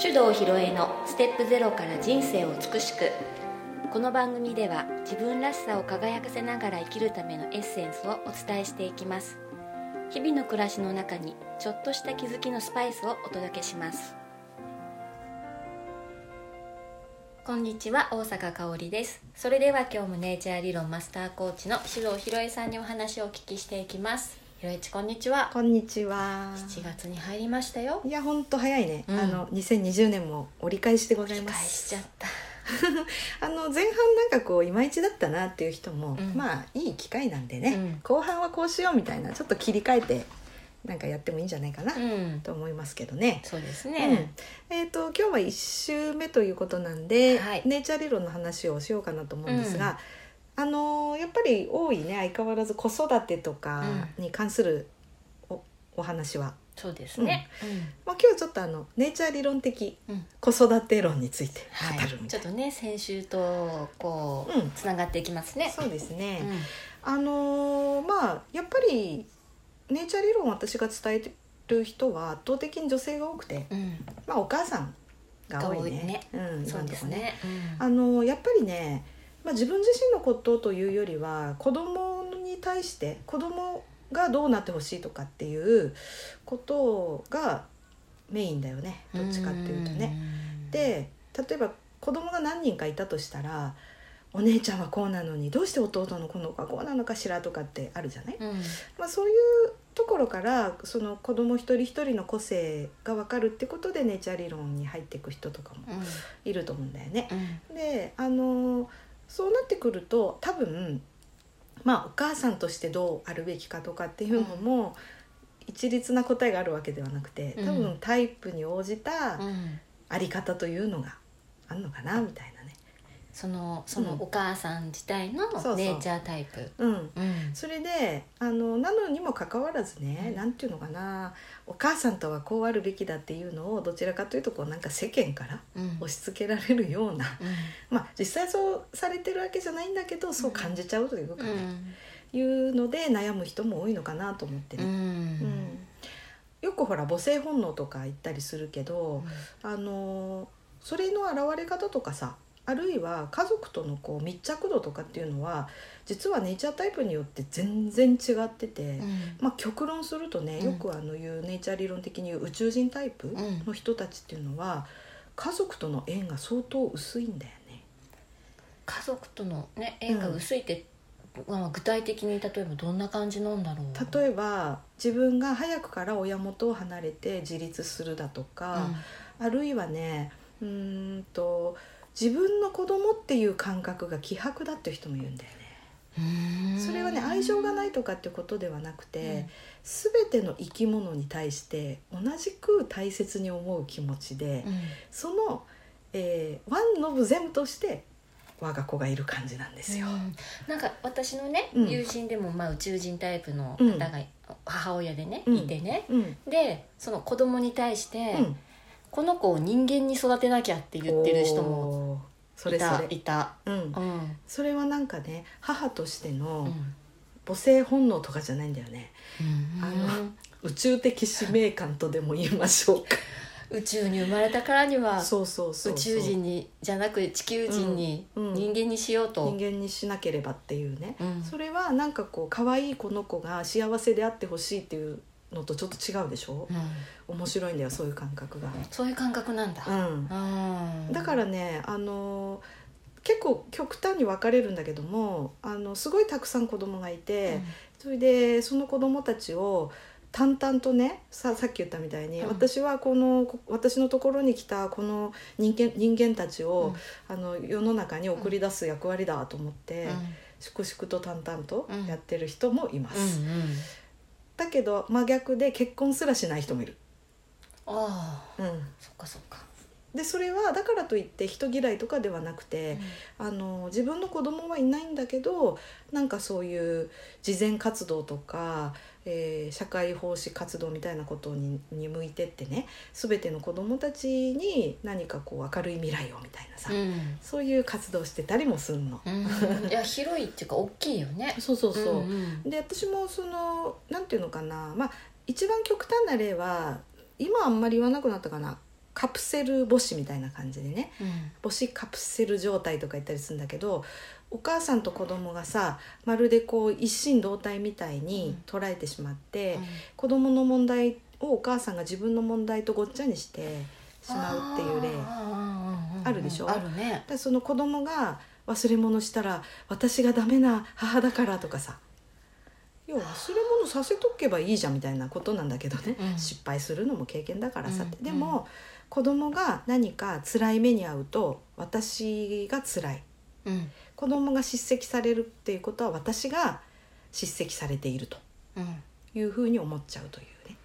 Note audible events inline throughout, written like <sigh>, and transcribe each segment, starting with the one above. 手動ひろえのステップゼロから人生を美しくこの番組では自分らしさを輝かせながら生きるためのエッセンスをお伝えしていきます日々の暮らしの中にちょっとした気づきのスパイスをお届けしますこんにちは大阪香織ですそれでは今日もネイチャー理論マスターコーチの手動ひろえさんにお話をお聞きしていきますひろえちこんにちはこんにちは。 7月に入りましたよいや本当早いね、うんあの2020年も折り返しでござい理ま解しす。ちゃったあの前半なんかこういまいちだったなっていう人も、うんまあいい機会なんでね、うん後半はこうしようみたいなちょっと切り替えてなんかやってもいいんじゃないかな、うんと思いますけどね。そうですうんね、えー、と今日は1週目ということなんで、はいネイチャー理論の話をしようかなと思うんですが、あのーやっぱり多いね相変わらず子育てとかに関するおお話はそうですね、まあ、今日はちょっとあのネイチャー理論的うんうん子育て論についてはい語るみちたょっいな、とね先週とこうんうつながっていきますね、そうですね、うんあのーまあやっぱりネイチャー理論を私が伝える人は圧倒的に女性が多くて、うんまあ、お母さんが多いが多いねねうん、そ今うんでとすこねね、あのーやっぱりね、まあ、自分自身のことというよりは子供に対して子供がどうなってほしいとかっていうことがメインだよねうんどっちかっていうとね。うんで例えば子供が何人かいたとしたらお姉ちゃんはこうなのにどうして弟の子の子はこうなのかしらとかってあるじゃない、うんまあ、そういうところからその子供一人一人の個性が分かるってことでネイチャー理論に入っていく人とかもうんいると思うんだよね。うんであのそうなってくると多分まあお母さんとしてどうあるべきかとかっていうのも一律な答えがあるわけではなくて多う分タイプに応じた、うんあり方というのがあんのかなみたいなね。そのそのうんお母さん自体のそうそうネイチャータイプうん、うんそれであのなのにもかかわらずね、うんなんていうのかなお母さんとはこうあるべきだっていうのをどちらかというとこうなんか世間からうん押し付けられるような、 <laughs> うまあ実際そうされてるわけじゃないんだけどそう感じちゃうというか、んねいうので悩む人も多いのかなと思ってうね。うんんよくほら母性本能とか言ったりするけど、うんあのーそれの現れ方とかさあるいは家族とのこう密着度とかっていうのは実はネイチャータイプによって全然違ってて、うんまあ、極論するとねうんよくあの言うネイチャー理論的に言う宇宙人タイプうんの人たちっていうのは家族との縁が相当薄いんだよね。家族とのね縁が薄いって、まあ具体的に例えばどんな感じなんだろう例えば自分が早くから親元を離れて自立するだとか、あるいはねうーんと自分の子供っていう感覚が希薄だっていう人もいるんだよね。うんそれはね愛情がないとかってことではなくうんて、全ての生き物に対して同じく大切に思う気持ちで、うんその、えーワンノブゼムとして我が子がいる感じなんですよ。うんなんか私のね、うん友人でも、まあ、宇宙人タイプの方が母親でね、うんいてねうんでその子供に対して、うんこの子を人間に育てなきゃって言ってる人もおーそいれたそれ、いた、うんう、んそれはなんかね母としてうんの母性本能とかじゃないんだよねあの宇宙的使命感とでも言いましょう宇宙に生まれたからにはかそうそうそうそう宇宙人にじゃなく地球人に、うんうん人間にしようと。人間にしなければっていうね、うんそれはなんかこう可愛いこの子が幸せであってほしいっていうのとちょっと違うでしょうん面白いんだよそういう感覚が、そういう感覚なんだ。ううんん、だからねあのー結構極端に分かれるんだけどもあのすごいたくさん子供がいて、それでその子供たちを淡々とねささっき言ったみたいに、うん私はこのこ私のところに来たこの人間人間たちを、あの世の中に送り出す役割だと思って、粛々と淡々とやってる人もいます、うんうんうんだけど真逆で結婚すらしない人もいる、ああうん、そっかそっか。でそれはだからといって人嫌いとかではなくて、あの自分の子供はいないんだけどなんかそういう慈善活動とか、えー社会奉仕活動みたいなことにに向いてってね全ての子供たちに何かこう明るい未来をみたいなさ、うんそういう活動してたりもすんの。うん、いや広いっていうか大きいよね。そうそうそう、んんで私もそのなんていうのかなまあ一番極端な例は今あんまり言わなくなったかなカプセル母子みたいな感じでねうん母子カプセル状態とか言ったりするんだけどお母さんと子供がさまるでこう一心同体みたいに捉えてしまって、子供の問題をお母さんが自分の問題とごっちゃにしてしまうっていう例だか例あるでしょあるねらその子供が忘れ物したら私がダメな母だからとかさ要は忘れ物させとけばいいじゃんみたいなことなんだけどね、うん失敗するのも経験だからさって、うんでも子供が何か辛い目に遭うと私が辛いうん子供が叱責されるっていうことは私が叱責されているとうんいうふうに思っちゃうというね。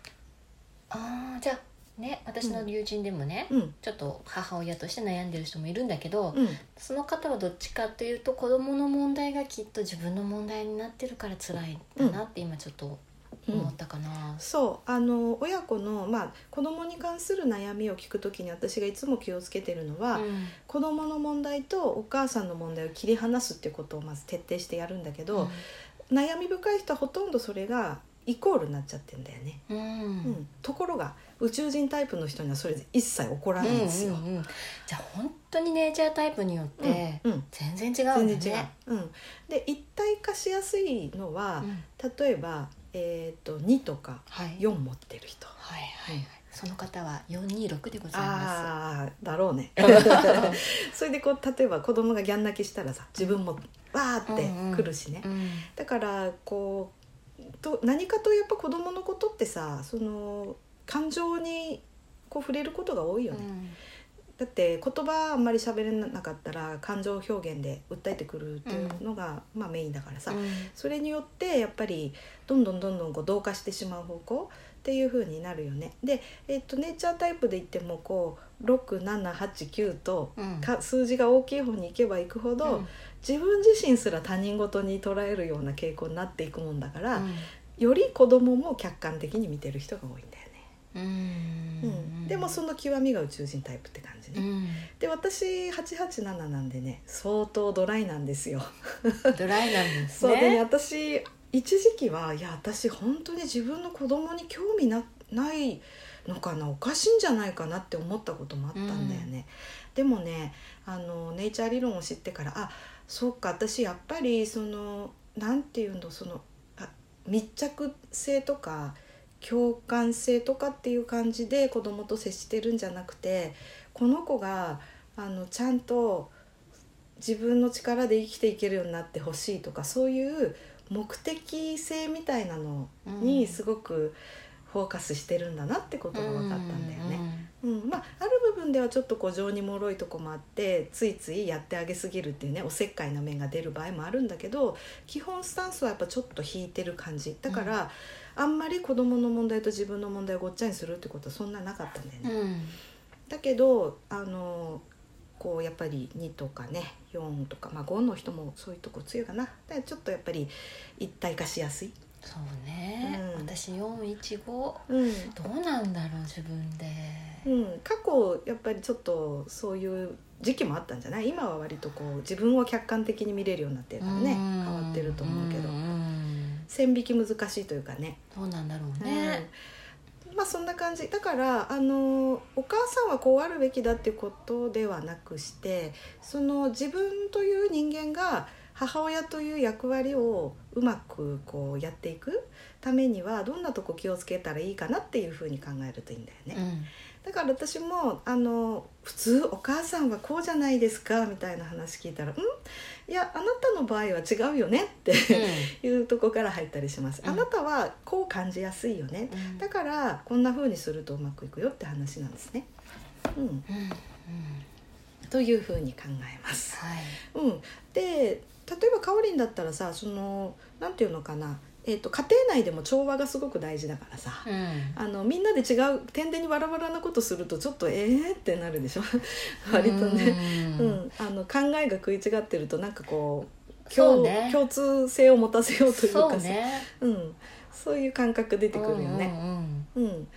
ああじゃあね私の友人でもね、うんちょっと母親として悩んでる人もいるんだけど、うんその方はどっちかというと子供の問題がきっと自分の問題になってるから辛いんだなって今ちょっと思ったかな。そうあの親子の、まあ、子供に関する悩みを聞くときに私がいつも気をつけてるのは、うん子供の問題とお母さんの問題を切り離すっていうことをまず徹底してやるんだけど、悩み深い人はほとんどそれがイコールになっちゃってんだよね、うんうんうんところが宇宙人タイプの人にはそれ一切起こらないんですよ。うんうんうんじゃあ本当にネイチャータイプによってうんうん全然違うんだね。全然違う、うん、で一体化しやすいのうは、ん例えば、えー、と2とかはい。はい4持ってる人はいはい。その方は四二六でございまああーだろ <laughs> うねそれでこう例えば子供がギャン泣きしたらさ自分もわーってくるしね、す。うんだからこうと何かとやっぱ子供のことってさその感情にこう触れることが多いよね、だって言葉あんまり喋れなかったら感情表現で訴えてくるっていうのが、まあメインだからさ、うんそれによってやっぱりどんどんどんどんこう同化してしまう方向っていう風になるよね。で、えっとネイチャータイプで言ってもこう6789とうんか数字が大きい方に行けば行くほど、うん自分自身すら他人事に捉えるような傾向になっていくもんだから、うんより子供も客観的に見てる人が多いんだよね。うんうんでもその極みが宇宙人タイプって感じうね。んで私887なんでね相当ドライなんですよ。ドライなんですそうね。でね私一時期はいや私本当に自分の子供に興味なないのかなおかしいんじゃないかなって思ったこともあったんだよね、でもねあのネイチャー理論を知ってからあそうか私やっぱりそのなんていうのそのあ密着性とか共感性とかっていう感じで子供と接してるんじゃなくてこの子があのちゃんと自分の力で生きていけるようになってほしいとかそういう目的性みたいなのうにんすごくフォーカスしてるんだなってことが分かったんだよね。うんまあ、ある部分ではちょっとこう情に脆いとこもあってついついやってあげすぎるっていうねおせっかいな面が出る場合もあるんだけど基本スタンスはやっぱちょっと引いてる感じだから、あんまり子どもの問題と自分の問題をごっちゃにするってことはそんななかったんだよね。うんうんだけどあのこうやっぱり2とかね4とか、まあ、5の人もそういうとこ強いかなだからちょっとやっぱり一体化しやすい、そうねうん私四一五うんどうなんだろう自分で。過去やっぱりちょっとそういう時期もあったんじゃない今は割とこう自分を客観的に見れるようになってるからねうん変わってると思うけどん線引き難しいというかねどうなんだろうね。うんまあそんな感じだからあのお母さんはこうあるべきだっていうことではなくしてその自分という人間が母親という役割をうまくこうやっていくためにはどんなとこ気をつけたらいいかなっていうふうに考えるといいんだよね。うんだから私もあの普通お母さんはこうじゃないですかみたいな話聞いたら「んいやあなたの場合は違うよね」っていうとこから入ったりします。うんあなたはこう感じやすいよね。うんだからこんな風にするとうまくいくよって話なんですね。うん、うんうんという風に考えます。はいうん、で例えばかおりんだったらさそのなんていうのかな、えっと家庭内でも調和がすごく大事だからさ。うんあのみんなで違う点でにバラバラなことするとちょっとえーってなるでしょ <laughs> 割とね、ううんんあの考えが食い違ってるとなんかこうそう共ね共通性を持たせようというかそさうねうん、そういう感覚出てくるよね。うんうんうん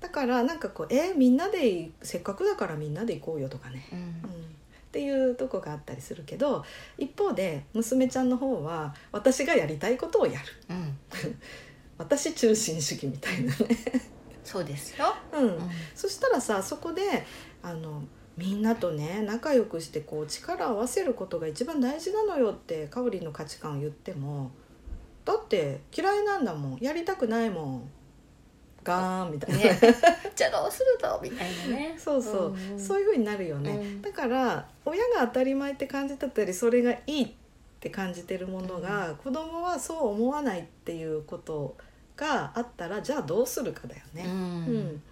だからなんかこう「えみんなでいせっかくだからみんなで行こうよ」とかね、うんうん、っていうとこがあったりするけど一方で娘ちゃんの方は私がやりたいことをやるうんうん私中心主義みたいなねそうですよ、うんうんそしたらさそこであのみんなとね仲良くしてこう力を合わせることが一番大事なのよってかおりんの価値観を言ってもだって嫌いなんだもんやりたくないもんガーン <laughs> みたいな、ね、じゃあどうするとみたいなねそうそう、んんそういう風になるよね、うんだから親が当たり前って感じてたりそれがいいって感じてるものが、子供はそう思わないっていうことがあったらじゃあどうするかだよね。うんうん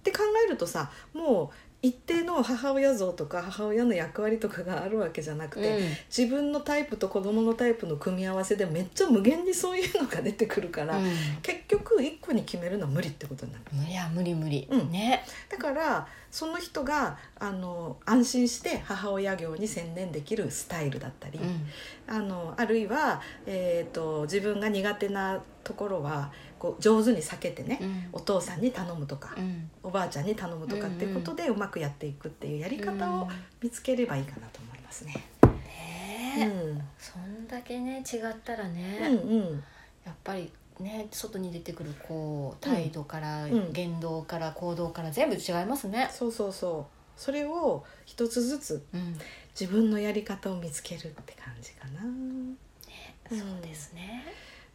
って考えるとさもう一定の母親像とか母親の役割とかがあるわけじゃなくて、うん自分のタイプと子供のタイプの組み合わせでめっちゃ無限にそういうのが出てくるから、う結局一個に決めるのは無理ってことになる。ん、いや無理無理、うんねだからその人があの安心して母親業に専念できるスタイルだったり、うんあのあるいは、えー、と自分が苦手なところはこう上手に避けてね、うんお父さんに頼むとか、うんおばあちゃんに頼むとかっていうことでうまくやっていくっていうやり方を見つければいいかなと思いますね。ねうえんそんだけね違ったらね、うんうんやっぱりね外に出てくるこう態度から、うん言動から行動から全部違いますね、そうそうそうそれを一つずつうん、自分のやり方を見つけるって感じかな。うんそうですね、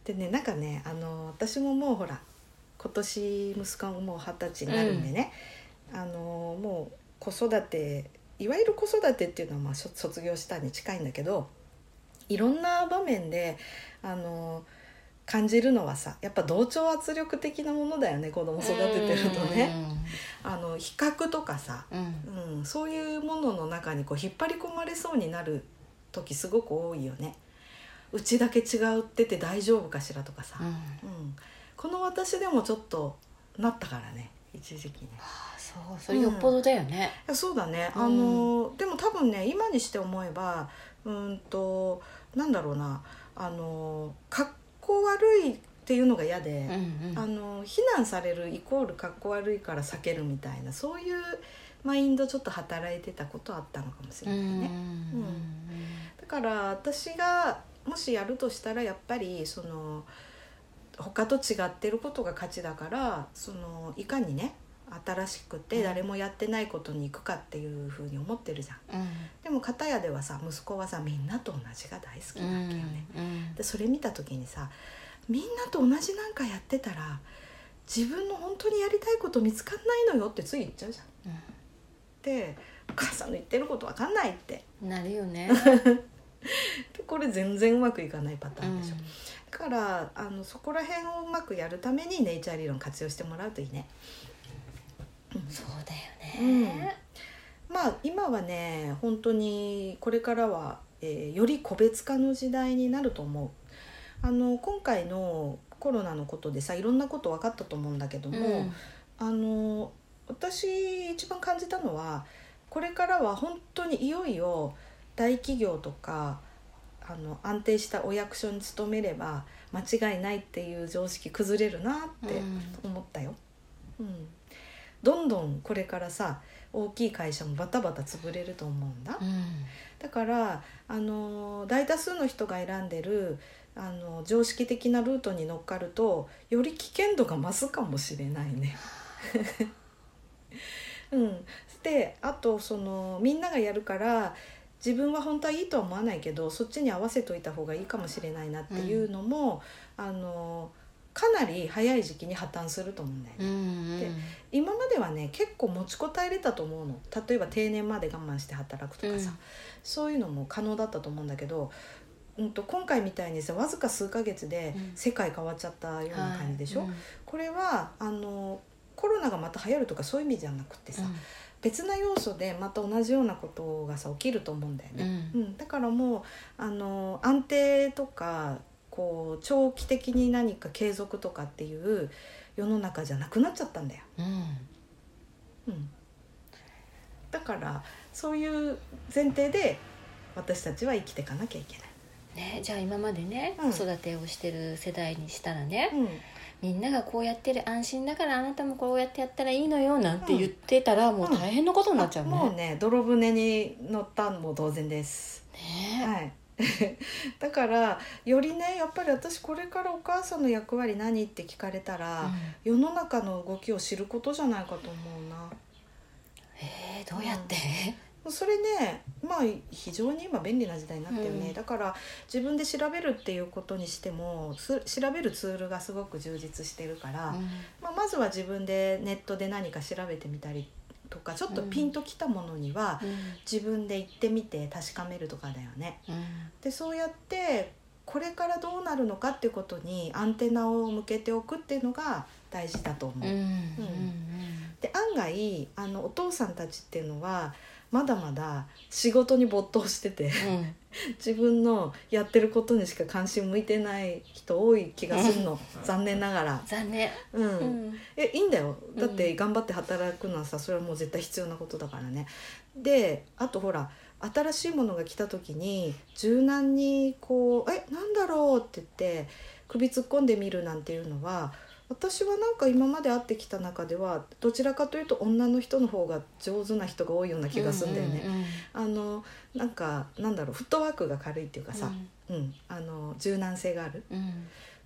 でねなんかねあの私ももうほら今年息子ももう二十歳になるんでね、あのもう子育ていわゆる子育てっていうのはまあしょ卒業したに近いんだけどいろんな場面であの感じるのはさやっぱ同調圧力的なものだよね子供育ててるとね。あの比較とかさ、うん、うんうん、そういうものの中にこう引っ張り込まれそうになる時すごく多いよね。うちだけ違うってて大丈夫かしらとかさ、うんうん、この私でもちょっとなったからね一時期ねああそうそれよっぽどだよね、いやそうだね、うんあのでも多分ね今にして思えばうーんとなんだろうなあの格好悪いっていうのが嫌でうん、うんあの非難されるイコール格好悪いから避けるみたいなそういうマインドちょっと働いてたことあったのかもしれうないんね。うんうんだから私がもしやるとしたらやっぱりその他と違ってることが価値だからそのいかにね新しくうてん誰もやってないことに行くかっていうふうに思ってるじゃんうんでも片やではさ息子はさみんなと同じが大好きうなわけよね、んうんでそれ見た時にさみんなと同じなんかやってたら自分の本当にやりたいこと見つかんないのよってつい言っちゃうじゃんでお母さんの言ってることわかんないってうんなるよね、でこれ全然うまくいかないパタうーンんでしょ、だからあのそこら辺をうまくやるためにネイチャー理論活用してもらうといいね。そうだよね、まあ今はね本当にこれからは、えーより個別化の時代になると思う。あの今回のコロナのことでさいろんなこと分かったと思うんだけども、うんあの私一番感じたのはこれからは本当にいよいよ大企業とかあの安定したお役所に勤めれば間違いないっていう常識崩れるなって思ったよ。うん、どんどんこれからさ大きい会社もバタバタ潰れると思うんだ。うんだからあの大多数の人が選んでるあの常識的なルートに乗っかるとより危険度が増すかもしれないね。 <laughs> うん、であとそのみんながやるから自分は本当はいいとは思わないけどそっちに合わせといた方がいいかもしれないなっていうのも、あのかなり早い時期に破綻すると思うんだよね。うんで今まではね結構持ちこたえれたと思うの例えば定年まで我慢して働くとかさ、うんそういうのも可能だったと思うんだけど、うん、と今回みたいにさわずか数ヶ月でうん世界変わっちゃったような感じでしょ、はいこれはあのコロナがまた流行るとかそういう意味じゃなくてさ、別な要素でまた同じようなことがさ起きると思うんだようんうね。んうん、だからもうあの安定とかこう長期的に何か継続とかっていう世の中じゃなくなっちゃったんだよ。うんうん、だからそういう前提で私たちは生きていかなきゃいけない。ね、じゃあ今までね、うん子育てをしてる世代にしたらね、うんみんながこうやってる安心だからあなたもこうやってやったらいいのよなんて言ってたら、もう大変なことになっちゃうね,、もうね泥船に乗ったのも同然です。ねはい、 <laughs> だからよりねやっぱり私これからお母さんの役割何って聞かれたら、世の中の動きを知ることじゃないかと思うな。えー、どうやって、それねまあ非常に今便利な時代になったよね、うんだから自分で調べるっていうことにしてもす調べるツールがすごく充実してるから、まあ、まずは自分でネットで何か調べてみたりとかちょっとピンときたものにはうん自分で行ってみて確かめるとかだよね。でそうやってこれからどうなるのかっていうことにアンテナを向けておくっていうのが大事だと思う。うんうんうんで案外あのお父さんたちっていうのはまだまだ仕事に没頭して <laughs> てうん自分のやってることにしか関心向いてない人多い気がするの残念ながら、残念、う、うんんえいいんだよだってうん頑張って働くのはさそれはもう絶対必要なことだからねであとほら新しいものが来た時に柔軟にこう「えなんだろう?」って言って首突っ込んでみるなんていうのは私はなんか今まで会ってきた中ではどちらかというと女の人の方が上手な人が多いような気がするんだよね。あのなんかなんだろうフットワークが軽いっていうかさ、うんあの柔軟性があるうんうんっ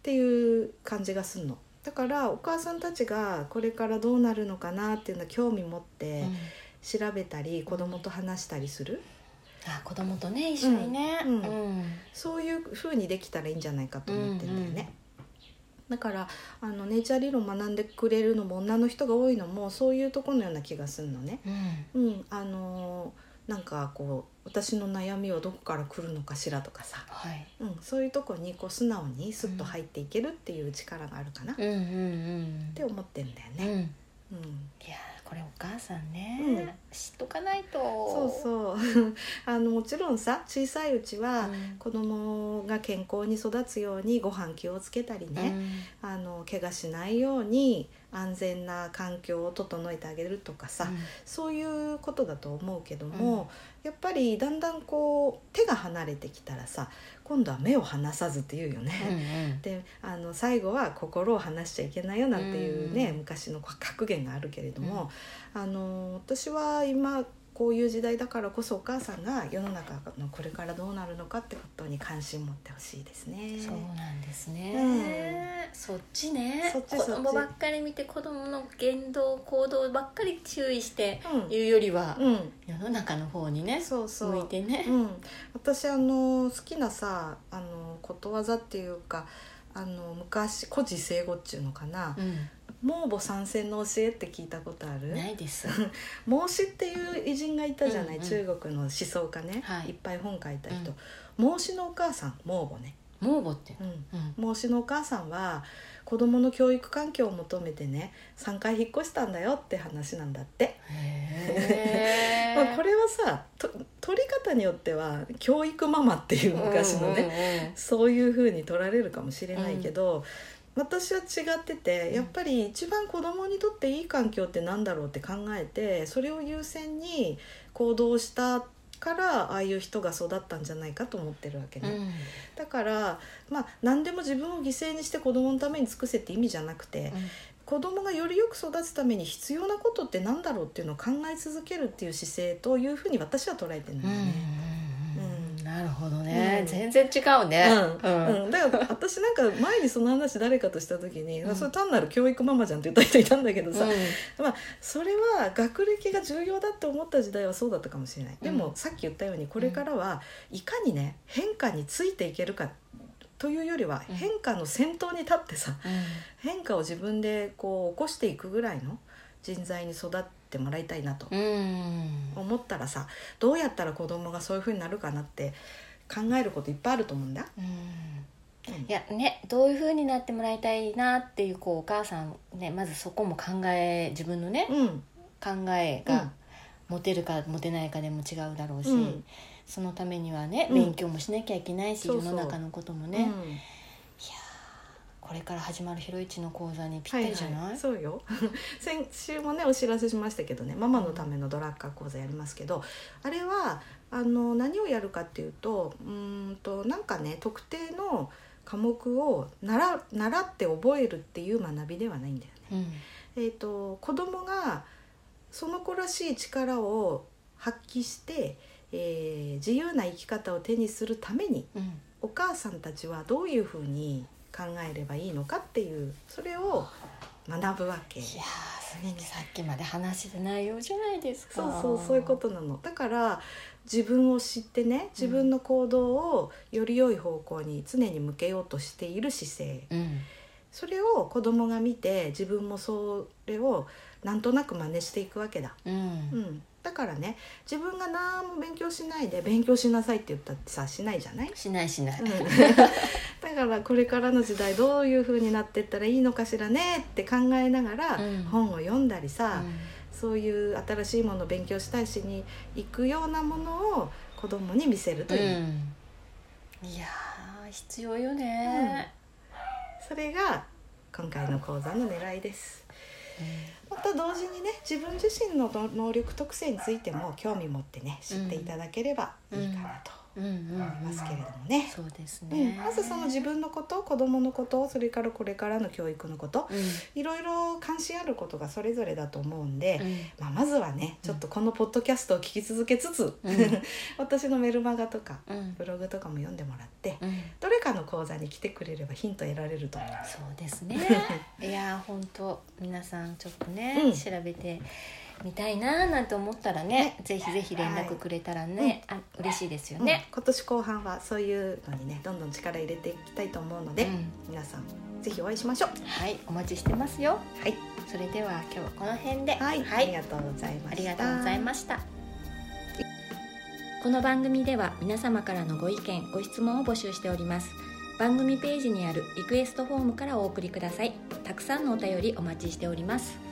ていう感じがすんのだからお母さんたちがこれからどうなるのかなっていうのは興味持っうんて調べたり子供と話したりするあ子供とね一緒にね、うんううんそういう風にできたらいいんじゃないかと思ってんだよね。だからあのネイチャー理論学んでくれるのも女の人が多いのもそういうとこのような気がするのね。うんうん、あのーなんかこう私の悩みはどこから来るのかしらとかさ、はいうん、そういうとこにこう素直にスッと入っていけるっていう力があるかなっうんうんうんて思ってんだようんね。いうんやーこれお母さんね、うん知っとかないとそううそう <laughs> あのもちろんさ小さいうちはん子供が健康に育つようにご飯気をつけたりね、あの怪我しないように安全な環境を整えてあげるとかさ、そういうことだと思うけども、やっぱりだんだんこう手が離れてきたらさ今度は目を離さずっていうよね。うんうんであの最後は心を離しちゃいけないよなんていうね、うん昔の格言があるけれども、あの私は今こういう時代だからこそお母さんが世の中のこれからどうなるのかってことに関心持ってほしいですね。そうなんですね、そっちねそっち子そ供っちばっかり見て子供の言動行動ばっかり注意してうんいうよりは、うん、世の中の方にねそうそう向いてね、うん、私あの好きなさあのことわざっていうかあの昔「古事成語」っちゅうのかな「盲母参戦の教え」って聞いたことあるないです、孟子っていう偉人がいたじゃない、うんうん中国の思想家ね、はいい、っぱい本書いた人、孟子のお母さん孟母ね、もうぼって、うん、 <laughs> うん孟子のお母さんは子供の教育環境を求めてね3回引っ越したんだよって話なんだって、へまあ、これはさと取り方によっては教育ママっていう昔のね、ねそういう風に取られるかもしれないけど、私は違っててやっぱり一番子供にとっていい環境ってなんだろうって考えてそれを優先に行動したからああいう人が育ったんじゃないかと思ってるわけね、だから、まあ、何でも自分を犠牲にして子供のために尽くせって意味じゃなくて子供がよりよく育つために必要なことってなんだろうっていうのを考え続けるっていう姿勢という風に私は捉えてるんだよね。なるほどね、うん全然違うね、うんうん、だから私なんか前にその話誰かとした時に、うんそれ単なる教育ママじゃんって言った人いたんだけどさ、うんまあ、それは学歴が重要だって思った時代はそうだったかもしれないでも、うんさっき言ったようにこれからはいかにね変化についていけるかというよりはうん変化の先頭に立ってさ変化を自分でこう起こしていくぐらいの人材に育ってもらいたいなとうん思ったらさどうやったら子供がそういうふうになるかなって考えることいっぱいあると思うんだ。うんうんいやねどういう風になってもらいたいなっていうこうお母さんねまずそこも考え自分のねうん考えが持てるか持てないかでも違うだろうし、うんそのためにはねうん勉強もしなきゃいけないし、そうそう世の中のこともね、これから始まるひろいちの講座にぴったりじゃない、ははそうよ <laughs> 先週もねお知らせしましたけどねママのためのドラッカー講座やりますけど、あれはあの何をやるかっていうとうーんとなんかね特定の科目を習習って覚えるっていう学びではないんだよね。うんえー、と子供がその子らしい力を発揮してえー自由な生き方を手にするためにうんお母さんたちはどういうふうに考えればいいのかっていうそれを学ぶわけ。いやーすでにさっきまで話してないようじゃないですかそうそうそういうことなのだから自分を知ってね自分の行動をより良い方向に常に向けようとしている姿勢うんそれを子供が見て自分もそれをなんとなく真似していくわけだ、うん、うん、だからね自分が何も勉強しないで勉強しなさいって言ったってさしないじゃない、しないしない、うんだからこれからの時代どういう風になってったらいいのかしらねって考えながらうん本を読んだりさ、うんそういう新しいものを勉強したいしに行くようなものを子供に見せるという、うん、いやー必要よね、それが今回の講座の狙いですまた同時にね自分自身の能能力特性についても興味持ってね知っていただければいいかなとうんうんうん思いますけれどもね、そうですうね、ん、まずその自分のこと子供のことそれからこれからの教育のことうん、いろいろ関心あることがそれぞれだと思うんで、うんまあ、まずはねちょっとこのポッドキャストを聞き続けつつ、うん <laughs> 私のメルマガとかうんブログとかも読んでもらってうんどれかの講座に来てくれればヒント得られると思います。そうですねいやー本当皆さんちょっとね、うん調べてみたいなーなんて思ったらねぜひぜひ連絡くれたらね、あ嬉しいですようんね、今年後半はそういうのにねどんどん力入れていきたいと思うので、うん皆さんぜひお会いしましょうはいお待ちしてますよはい、それでは今日はこの辺ではいはありがとうございまあしりたがとうございましたこの番組では皆様からのご意見ご質問を募集しております番組ページにあるリクエストフォームからお送りくださいたくさんのお便りお待ちしております